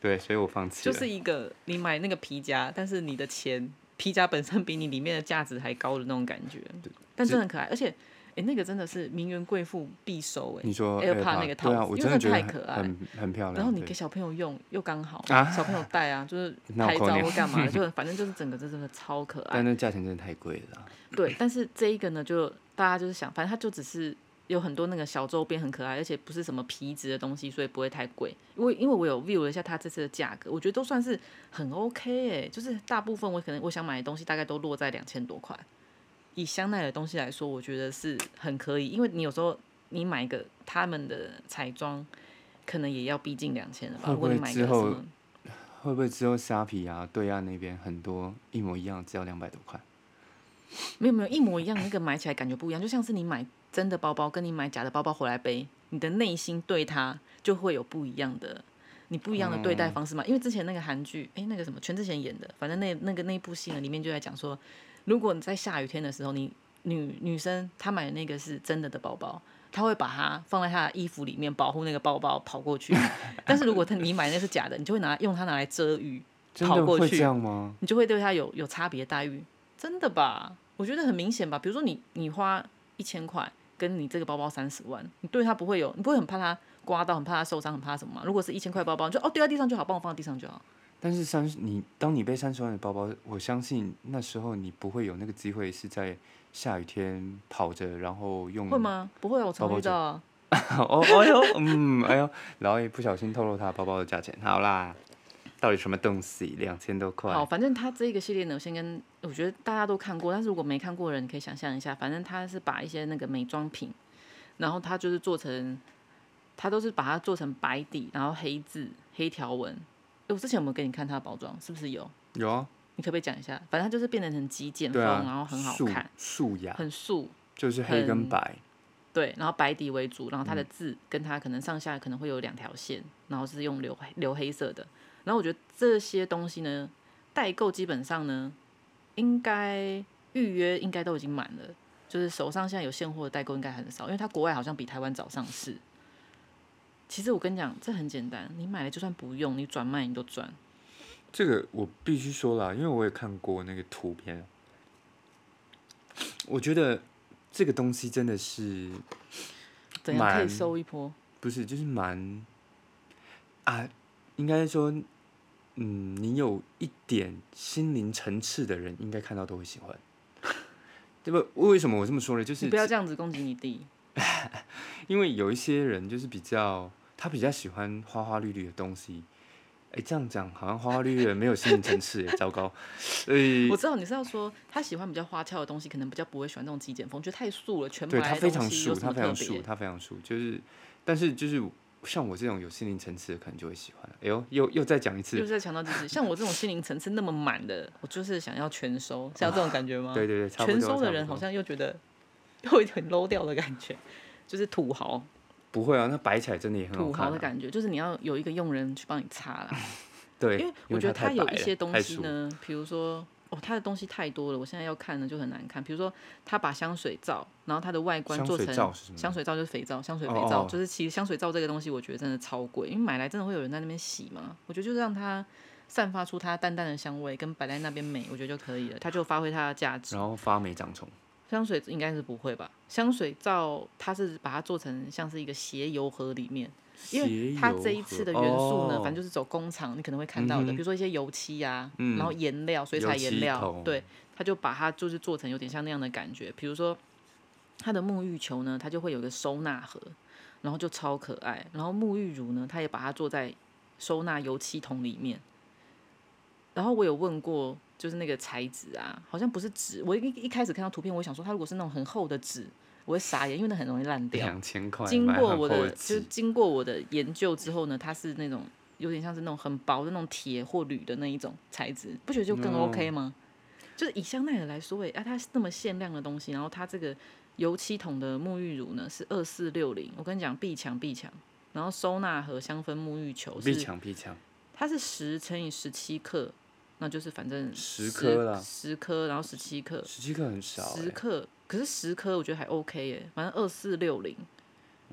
对，所以我放弃 [LAUGHS] 就了。是一个你买那个皮夹，但是你的钱皮夹本身比你里面的价值还高的那种感觉，但真的很可爱，而且哎、诶那个真的是名媛贵妇必收哎、你说 AirPod AirPod 那个套对啊，子我因真为它的觉得太很可爱很很漂亮。然后你对给小朋友用又刚好，啊小朋友戴啊，就是 [LAUGHS] 那我拍扣照你或干嘛的，就反正就是整个真的超可爱但。那价钱真的太贵了啊。对，但是这一个呢，就大家就是想，反正它就只是有很多那个小周边很可爱，而且不是什么皮质的东西，所以不会太贵。因为因为我有 view 了一下它这次的价格，我觉得都算是很 OK 哎、就是大部分我可能我想买的东西大概都落在两千多块。以香奈儿的东西来说，我觉得是很可以，因为你有时候你买一个他们的彩妆，可能也要逼近两千了吧？会如不果你会买一之个什后么，会不会之后虾皮啊，对岸那边很多一模一样，只要两百多块？没有没有一模一样，那个买起来感觉不一样，就像是你买真的包包跟你买假的包包回来背，你的内心对它就会有不一样的，你不一样的对待方式嘛。因为之前那个韩剧，诶，那个什么全智贤演的，反正那那个那部戏呢，里面就在讲说，如果你在下雨天的时候，你女女生她买的那个是真的的包包。她会把它放在她的衣服里面，保护那个包包跑过去。 [LAUGHS] 但是如果她你买那是假的，你就会拿用它拿来遮雨，真跑的过会去这样吗？你就会对他有有差别待遇，真的吧？我觉得很明显吧。比如说你你花一千块，跟你这个包包三十万，你对他不会有，你不会很怕他刮到，很怕他受伤，很怕什么吗？如果是一千块包包，你就哦丢在地上就好，帮我放在地上就好。但是三十，你当你背三十万的包包，我相信那时候你不会有那个机会是在下雨天跑着，然后用会？吗？不会啊，包我常嗯包遇到啊。 [LAUGHS] 哦，哎呦，嗯，哎呦，然后也不小心透露他包包的价钱。好啦，到底什么东西？两千多块好，，反正它这个系列呢，我先跟我觉得大家都看过，但是如果没看过的人，你可以想象一下，反正它是把一些那个美妆品，然后它就是做成，它都是把它做成白底，然后黑字黑条纹。哎诶我之前有没有给你看它的包装？是不是有？有啊，你可不可以讲一下？反正它就是变得很极简风，对啊，然后很好素啊看，，素雅很素，就是黑跟很白，对，然后白底为主，然后它嗯的字跟它可能上下可能会有两条线，然后是用流流黑色的。然后我觉得这些东西呢，代购基本上呢，应该预约应该都已经满了，就是手上现在有现货的代购应该很少，因为它国外好像比台湾早上市。其实我跟你讲，这很简单，你买了就算不用，你转卖你都赚。这个我必须说啦，因为我也看过那个图片，我觉得这个东西真的是怎样可以蛮收一波？不是就是蛮啊，应该说，嗯，你有一点心灵层次的人，应该看到都会喜欢。 [LAUGHS] 对吧？为什么我这么说呢？就你是不要这样子攻击你弟。因为有一些人就是比较，他比较喜欢花花绿绿的东西。哎，这样讲好像花花绿绿的没有心灵层次耶，糟糕。呃，我知道你是要说他喜欢比较花俏的东西，可能比较不会喜欢那种极简风，觉得太素了，全白对他的非东常西熟，有什他么非特常熟，别？他非常熟，就是，但是就是像我这种有心灵层次的，可能就会喜欢了。哎呦，又又再讲一就次是，在强调 [LAUGHS] 就是，像我这种心灵层次那么满的，我就是想要全收，是要这种感觉吗？ [LAUGHS] 对对对，差不多。全收差的不人多好像又觉得又有点 low 掉的感觉，就是 [LAUGHS] 土豪不会啊，那摆起来真的也很好土看、啊。豪的感觉，就是你要有一个佣人去帮你擦啦。对，因为我觉得它它太有白一了些东太西熟呢，比如说哦，它的东西太多了，我现在要看呢就很难看。比如说，它把香水皂，然后它的外观香做水成皂是什么香水皂就是肥皂，香水肥嗯哦皂哦就是其实香水皂这个东西，我觉得真的超贵，因为买来真的会有人在那边洗嘛。我觉得就让它散发出它淡淡的香味，跟摆在那边美，我觉得就可以了，它就发挥它的价值。然后发霉长虫，香水应该是不会吧？香水皂它是把它做成像是一个鞋油盒里面，因为它这一次的元素呢，哦反正就是走工厂你可能会看到的，嗯哼嗯比如说一些油漆呀、然后颜料、水彩颜油漆料桶，对，它就把它就是做成有点像那样的感觉。比如说它的沐浴球呢，它就会有一个收纳盒，然后就超可爱。然后沐浴乳呢，它也把它做在收纳油漆桶里面。然后我有问过，就是那个材质啊，好像不是纸。我一一开始看到图片，我想说它如果是那种很厚的纸，我会傻眼，因为那很容易烂掉。两千块，经买过很我厚的，的就纸是经过我的研究之后呢，它是那种有点像是那种很薄的那种铁或铝的那一种材质，不觉得就更哦 OK 吗？就是以香奈儿来说、欸，哎，啊，它是那么限量的东西，然后它这个油漆桶的沐浴乳呢是二四六零，我跟你讲必抢必抢，然后收纳盒香氛沐浴球必是抢必抢，它是十乘以十七克，那就是反正10颗啦十颗，然后十七克，十七克很少啊欸，十克，可是十颗我觉得还 OK 耶，反正二四六零，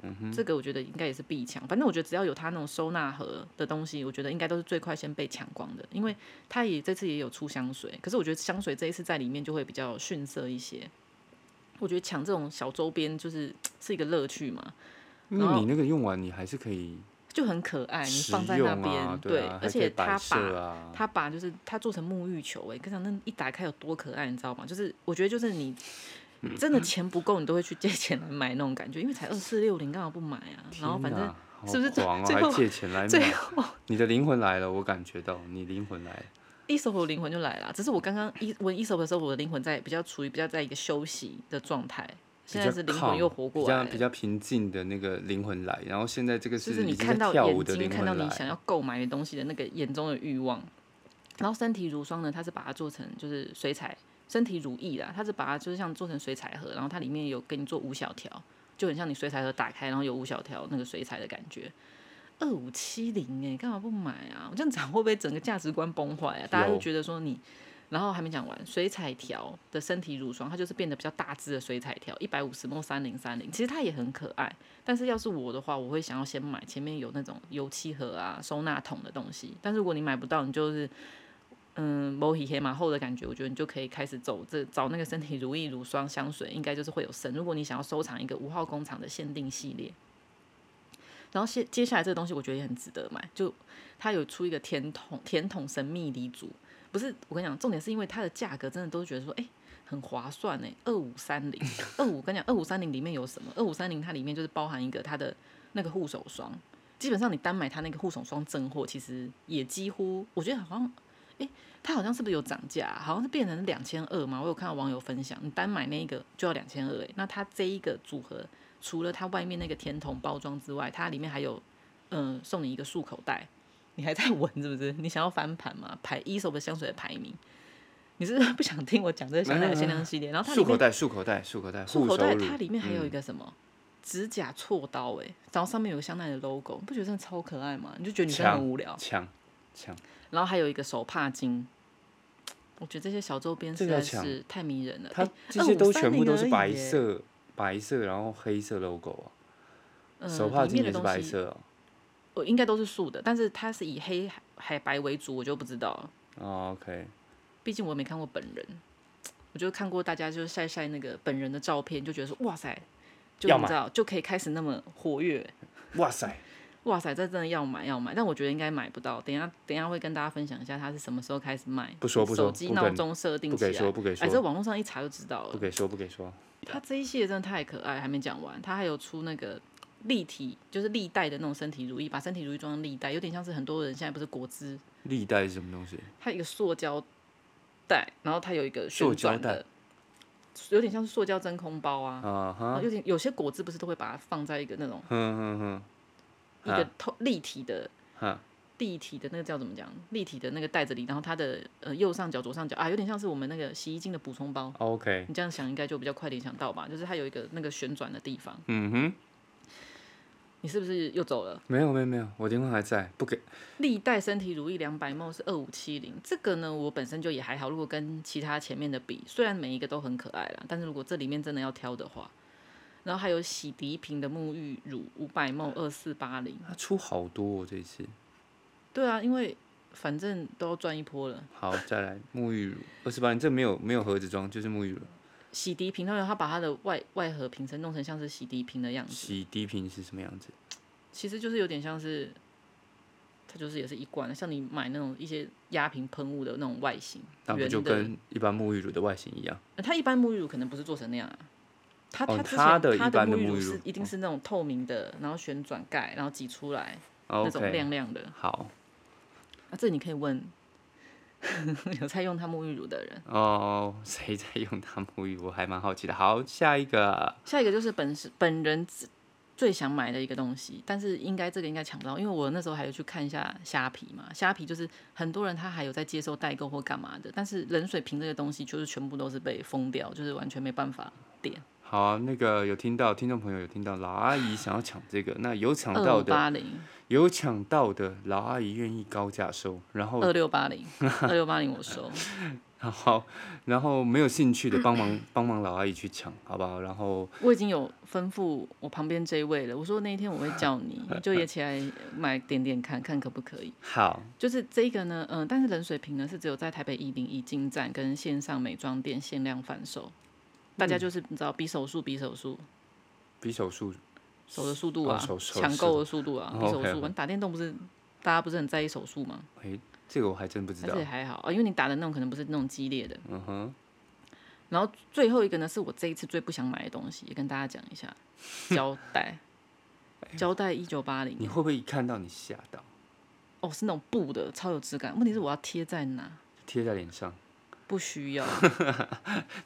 嗯这个我觉得应该也是必抢。反正我觉得只要有它那种收纳盒的东西，我觉得应该都是最快先被抢光的，因为它也这次也有出香水，可是我觉得香水这一次在里面就会比较逊色一些。我觉得抢这种小周边就是是一个乐趣嘛，然那后你那个用完你还是可以就很可爱，你食放在那用边，啊，对，啊，而且它它把、啊，他把就是他做成沐浴球、欸，哎，跟你讲那一打开有多可爱，你知道吗？就是我觉得就是你嗯真的钱不够，你都会去借钱来买那种感觉，因为才二四六零，干嘛不买啊？然后天反正哪是不是好狂哦最还后借钱来最买？你的灵魂来了，我感觉到你灵魂来了。一手的灵魂就来了。只是我刚刚一闻一手的时候，我的灵魂在比较处于比较在一个休息的状态，现在是灵魂又活过来比较 calm，比较比较了。平静的那个灵魂来，然后现在这个就是已你经看在到跳舞眼的睛灵看到魂你来想要购买的东西的那个眼中的欲望，然后身体乳霜呢，它是把它做成就是水彩身体乳液啦，它是把它就是像做成水彩盒，然后它里面有给你做五小条，就很像你水彩盒打开，然后有五小条那个水彩的感觉。二五七零哎，干嘛不买啊？我这样讲会不会整个价值观崩坏啊？大家就有觉得说你，然后还没讲完，水彩条的身体乳霜，它就是变得比较大支的水彩条，一百五十 ml 三零三零，其实它也很可爱。但是要是我的话，我会想要先买前面有那种油漆盒啊、收纳桶的东西。但是如果你买不到，你就是嗯，某体黑马后的感觉，我觉得你就可以开始走这找那个身体乳液、乳霜、香水，应该就是会有剩。如果你想要收藏一个五号工厂的限定系列，然后接接下来这个东西，我觉得也很值得买，就它有出一个甜筒甜筒神秘礼组，不是我跟你讲，重点是因为它的价格真的都觉得说，哎、很划算哎、二五三零，二五跟你讲，二五三零里面有什么？二五三零它里面就是包含一个它的那个护手霜，基本上你单买它那个护手霜正货，其实也几乎我觉得好像，哎、它好像是不是有涨价啊、好像是变成两千二嘛，我有看到网友分享，你单买那一个就要两千二哎，那它这一个组合除了它外面那个甜筒包装之外，它里面还有嗯、呃送你一个漱口袋。你还在闻是不是？你想要翻盘吗？排一手的香水的排名，你是不是不想听我讲这个香奈儿嗯限量系列？然后它里漱面口袋，漱口袋，漱口袋，漱护口手袋乳它里面还有一嗯个什么、指甲锉刀哎、然后上面有个香奈儿的 logo，你不觉得真的超可爱吗？你就觉得女生枪很无聊。枪枪，然后还有一个手帕巾，我觉得这些小周边实这个要在抢是太迷人了。它诶这些都2530全部都是而已白耶色，白色，然后黑色 logo 啊，呃手帕里巾面的也是东白西色啊我应该都是素的，但是它是以黑海海白为主，我就不知道了。哦，OK，毕竟我没看过本人，我就看过大家就是晒晒那个本人的照片，就觉得说哇塞，就要你买知道就可以开始那么活跃。哇塞，哇塞，这真的要买要买，但我觉得应该买不到。等一下等一下会跟大家分享一下它是什么时候开始卖。不说不说手机不闹跟钟设定不起给来。说，不给哎，这说，网络上一查就知道了不。给说，不给说，它这一系列真的太可爱，还没讲完。它还有出那个立体，就是历代的那种身体乳液，把身体乳液装成历代，有点像是很多人现在不是果汁，历代是什么东西？它一个塑胶袋，然后它有一个塑旋胶转的，有点像是塑胶真空包啊。啊哈，然后有点有些果汁不是都会把它放在一个那种哼哼哼，一个透立体的哈，立体的那个叫怎么讲？立体的那个袋子里，然后它的呃右上角、左上角啊，有点像是我们那个洗衣精的补充包。 OK，你这样想应该就比较快联想到吧？就是它有一个那个旋转的地方。嗯哼，你是不是又走了？没有没有没有，我电话还在，不给历代身体如意两百梦是二五七零，这个呢我本身就也还好，如果跟其他前面的比，虽然每一个都很可爱啦，但是如果这里面真的要挑的话，然后还有洗涤瓶的沐浴啊乳五百梦二四八零，他出好多哦，这一次对啊，因为反正都要赚一波了。 [LAUGHS] 好，再来沐浴乳二十八，你这没有没有盒子装，就是沐浴乳。洗涤瓶，他有他把它的外外盒瓶身弄成像是洗涤瓶的样子，洗涤瓶是什么样子？其实就是有点像是，它就是也是一罐，像你买那种一些压瓶喷雾的那种外形，那不圆就的。跟一般沐浴乳的外形一样？呃它一般沐浴乳可能不是做成那样啊，它哦它之前它的一它般的沐浴沐乳浴是乳哦一定是那种透明的，然后旋转盖，然后挤出来那种 OK，亮亮的。好啊，这你可以问 [LAUGHS] 有在用它沐浴乳的人。哦，谁在用它沐浴乳？我还蛮好奇的。好，下一个下一个就是本是本人自最想买的一个东西，但是应该这个应该抢不到，因为我那时候还有去看一下虾皮嘛，虾皮就是很多人他还有在接受代购或干嘛的，但是冷水瓶这个东西就是全部都是被封掉，就是完全没办法点好啊，那个有听到听众朋友有听到，老阿姨想要抢这个，那有抢二到五的，八零有抢到的，老阿姨愿意高价收，然后二六 [LAUGHS] 八零二六八零我收，然后然后没有兴趣的帮忙帮忙老阿姨去抢，好不好？然后我已经有吩咐我旁边这一位了，我说那一天我会叫你，你就也起来买点点看看可不可以。好，就是这个呢，嗯、但是冷水瓶呢是只有在台北一零一进站跟线上美妆店限量贩售，嗯大家就是你知道比手速，比手速，比手速手的速度啊哦手，手抢购的速度啊，哦比手 OK，速。你打电动不是大家不是很在意手速吗？这个我还真不知但道是。也还好啊、因为你打的那种可能不是那种激烈的。嗯哼，然后最后一个呢，是我这一次最不想买的东西，也跟大家讲一下，胶 [LAUGHS] 带，哎胶带一九八零你，会不会一看到你吓到，哦，是那种布的，超有质感。问题是我要贴在哪？贴在脸上， [LAUGHS] 不需要。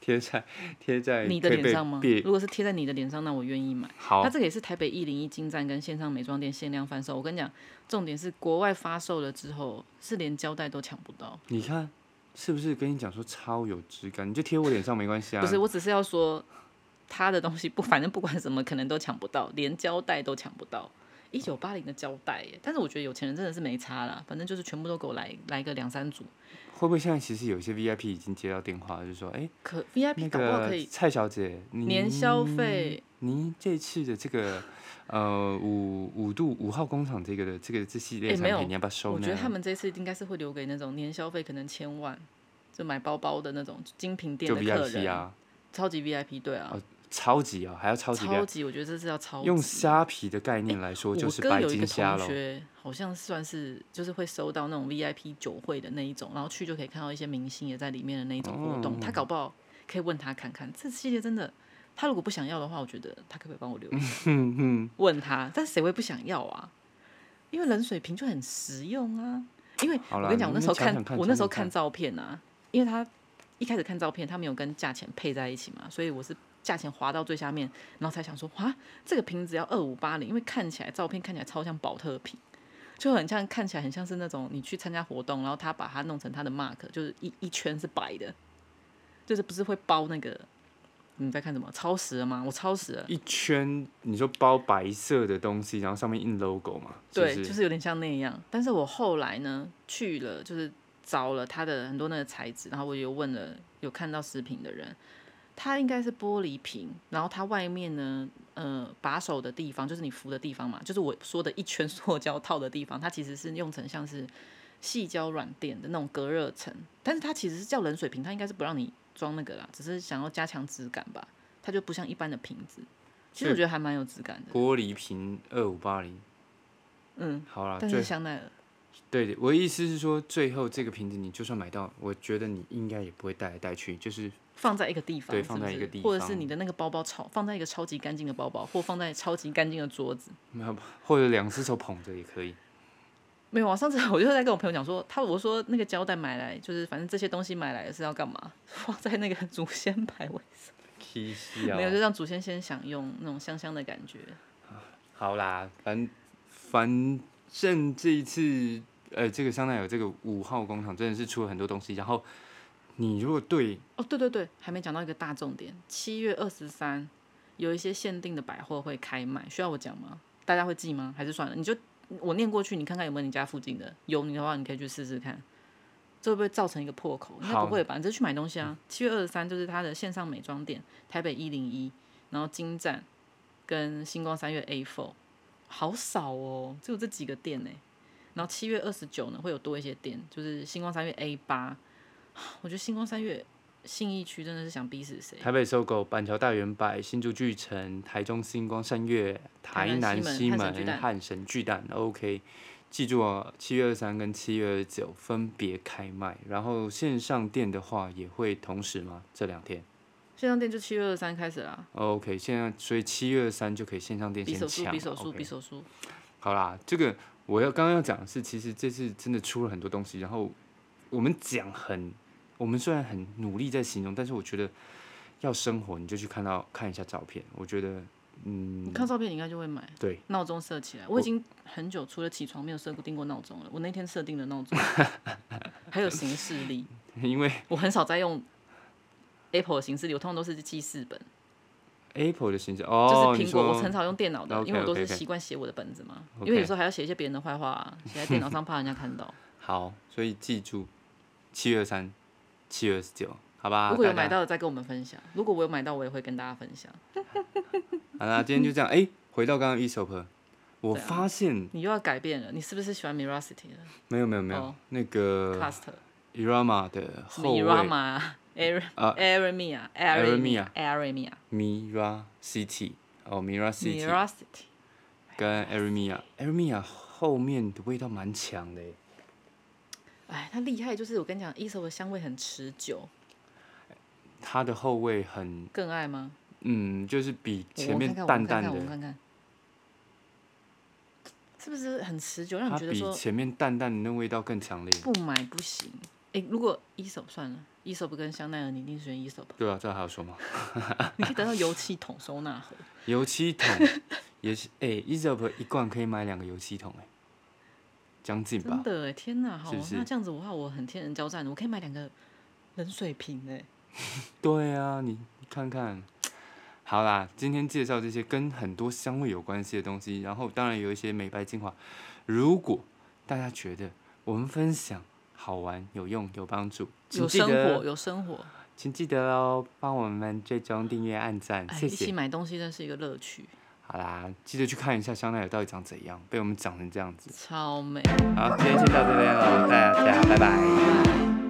贴在贴在你的可以脸被上吗别？如果是贴在你的脸上，那我愿意买。好那这个也是台北一零一金站跟线上美妆店限量贩售。我跟你讲，重点是国外发售了之后，是连胶带都抢不到。你看，是不是跟你讲说超有质感？你就贴我脸上没关系啊。不是，我只是要说，他的东西不，反正不管什么，可能都抢不到，连胶带都抢不到。一九八零的胶带耶，但是我觉得有钱人真的是没差啦，反正就是全部都给我来来个两三组。会不会现在其实有一些 VIP 已经接到电话，就说，哎、可 VIP 那搞不好可个以蔡小姐，您年消费您这次的这个呃五五度五号工厂这个的这个这系列哎产没品，有你要不要收呢？我觉得他们这次应该是会留给那种年消费可能千万，就买包包的那种精品店就的客人， VIP 啊，超级 VIP 对啊，超级啊，还要哦超级 VIP。超级，我觉得这是要超级。用虾皮的概念来说，就我是哥白有一金个虾同喽。学，好像算是就是会收到那种 VIP 酒会的那一种，然后去就可以看到一些明星也在里面的那一种活动。哦他搞不好可以问他看看，这系列真的，他如果不想要的话，我觉得他可不可以帮我留一嗯下？问他，但谁会不想要啊？因为冷水瓶就很实用啊。因为好我啦跟你讲，你我那时候想看，想看我那时候想想看看照片啊，因为他一开始看照片，他没有跟价钱配在一起嘛，所以我是价钱滑到最下面，然后才想说，哇，啊这个瓶子要二五八零，因为看起来照片看起来超像保特瓶，就很像看起来很像是那种你去参加活动，然后他把它弄成他的 mark，就是一一圈是白的，就是不是会包那个。你在看什么？超时了吗？我超时了。一圈，你说包白色的东西，然后上面印 logo 嘛？是不对，就是是有点像那样。但是我后来呢，去了就是找了它的很多那个材质，然后我有问了有看到食品的人，它应该是玻璃瓶，然后它外面呢，呃，把手的地方就是你扶的地方嘛，就是我说的一圈塑胶套的地方，它其实是用成像是细胶软垫的那种隔热层，但是它其实是叫冷水瓶，它应该是不让你装那个啦，只是想要加强质感吧，它就不像一般的瓶子。其实我觉得还蛮有质感的，玻璃瓶二五八零。嗯，好啦，但最是香奈儿。对，我的意思是说，最后这个瓶子你就算买到，我觉得你应该也不会带来带去，就是 [LAUGHS] 放在一个地方，对是不放在一个是地或者是方你的那个包包超放在一个超级干净的包包，或放在超级干净的桌子。没有，或者两只手捧着也可以。没有啊，上次 [LAUGHS] 我就在跟我朋友讲说，他我说那个胶带买来，就是反正这些东西买来是要干嘛？ [LAUGHS] 放在那个祖先牌位，没有就让祖先先享用那种香香的感觉。 [LAUGHS] 好啦，反反正这一次，呃，这个香奈儿这个五号工厂真的是出了很多东西，然后你如果对哦，对对对，还没讲到一个大重点，七月二十三有一些限定的百货会开卖，需要我讲吗？大家会记吗？还是算了，你就我念过去，你看看有没有你家附近的，有你的话，你可以去试试看。这会不会造成一个破口？应该好不会吧？你就去买东西啊！七月二十三就是它的线上美妆店，台北一零一，然后金站跟星光三月 A Four，好少哦，只有这几个店呢、然后七月二十九呢会有多一些店，就是星光三月 A 八，我觉得星光三月信义区真的是想逼死谁。台北搜狗、板桥大圆柏、新竹巨城、台中星光善月、台台南南西西门门、嗯汉神巨蛋。OK，记住哦，七月二三跟七月二九分别开卖，然后线上店的话也会同时吗？这两天线上店就七月二三开始啦， OK，现在所以七月三就可以线上店比先手速，抢。比手速， OK 比手速。好啦，这个我要刚刚要讲的是，其实这次真的出了很多东西，然后我们讲很，我们虽然很努力在形容，但是我觉得要生活你就去看到看一下照片，我觉得你嗯，看照片，你应该就会买。对，闹钟设起来，我已经很久除了起床没有设定过闹钟了。我那天设定的闹钟，还有行事 [LAUGHS] 历，因 [LAUGHS] 为我很少在用 Apple 的行事历，我通常都是记事本， Apple 的形式哦，就是你苹果，说我很少用电脑的 OK，因为我都是 OK，OK 习惯写我的本子嘛。 OK 因为有时候还要写一些别人的坏话、啊，写在电脑上怕人家看 [LAUGHS] 到。好，所以记住七月三、七月二十九，好吧？如果有啊大家买到的再跟我们分享，如果我有买到，我也会跟大家分享。好啦，今天就这 [LAUGHS] 样。哎、回到刚刚 ESOP，我对啊发现、你又要改变了，你是不是喜欢 Miracity 了没有没有没有、哦那个 Cast Irama 的什呃后么卫 Irama、Aaron、啊 Aramia、Aramia、Aramia、 Mira City 哦，Mira City Miracity。跟 e r e m i a e r e m i a 后面的味道蛮强的耶，哎，它厉害就是我跟你讲，一手的香味很持久，它的后味很更爱吗？嗯，就是比我前面看看淡淡我们的，看看我们看看，是不是很持久，让你它觉得比说前面淡淡的那味道更强烈。不买不行？哎、如果一手算了，一手不跟香奈儿，你一 [LAUGHS] 定选一手吧。对啊，这还要说吗？你可以得到油漆桶收 [LAUGHS] 纳盒，油漆 [LAUGHS] 桶也是，哎 e z o p 一罐可以买两个油漆桶哎，将近吧真。的哎，天哪！好，是不是那这样子的话，我很天人交战，我可以买两个冷水瓶哎。 [LAUGHS] 对啊，你看看。好啦，今天介绍这些跟很多香味有关系的东西，然后当然有一些美白精华。如果大家觉得我们分享好玩、有用、有帮助，请有记生活，得，有生活，请记得哦，帮我们追踪、订阅、按赞，哎，谢一起谢。买东西真是一个乐趣，好啦，记得去看一下香奈儿到底长怎样，被我们讲成这样子。超美。好，今天先到这边喽，大家拜拜。拜拜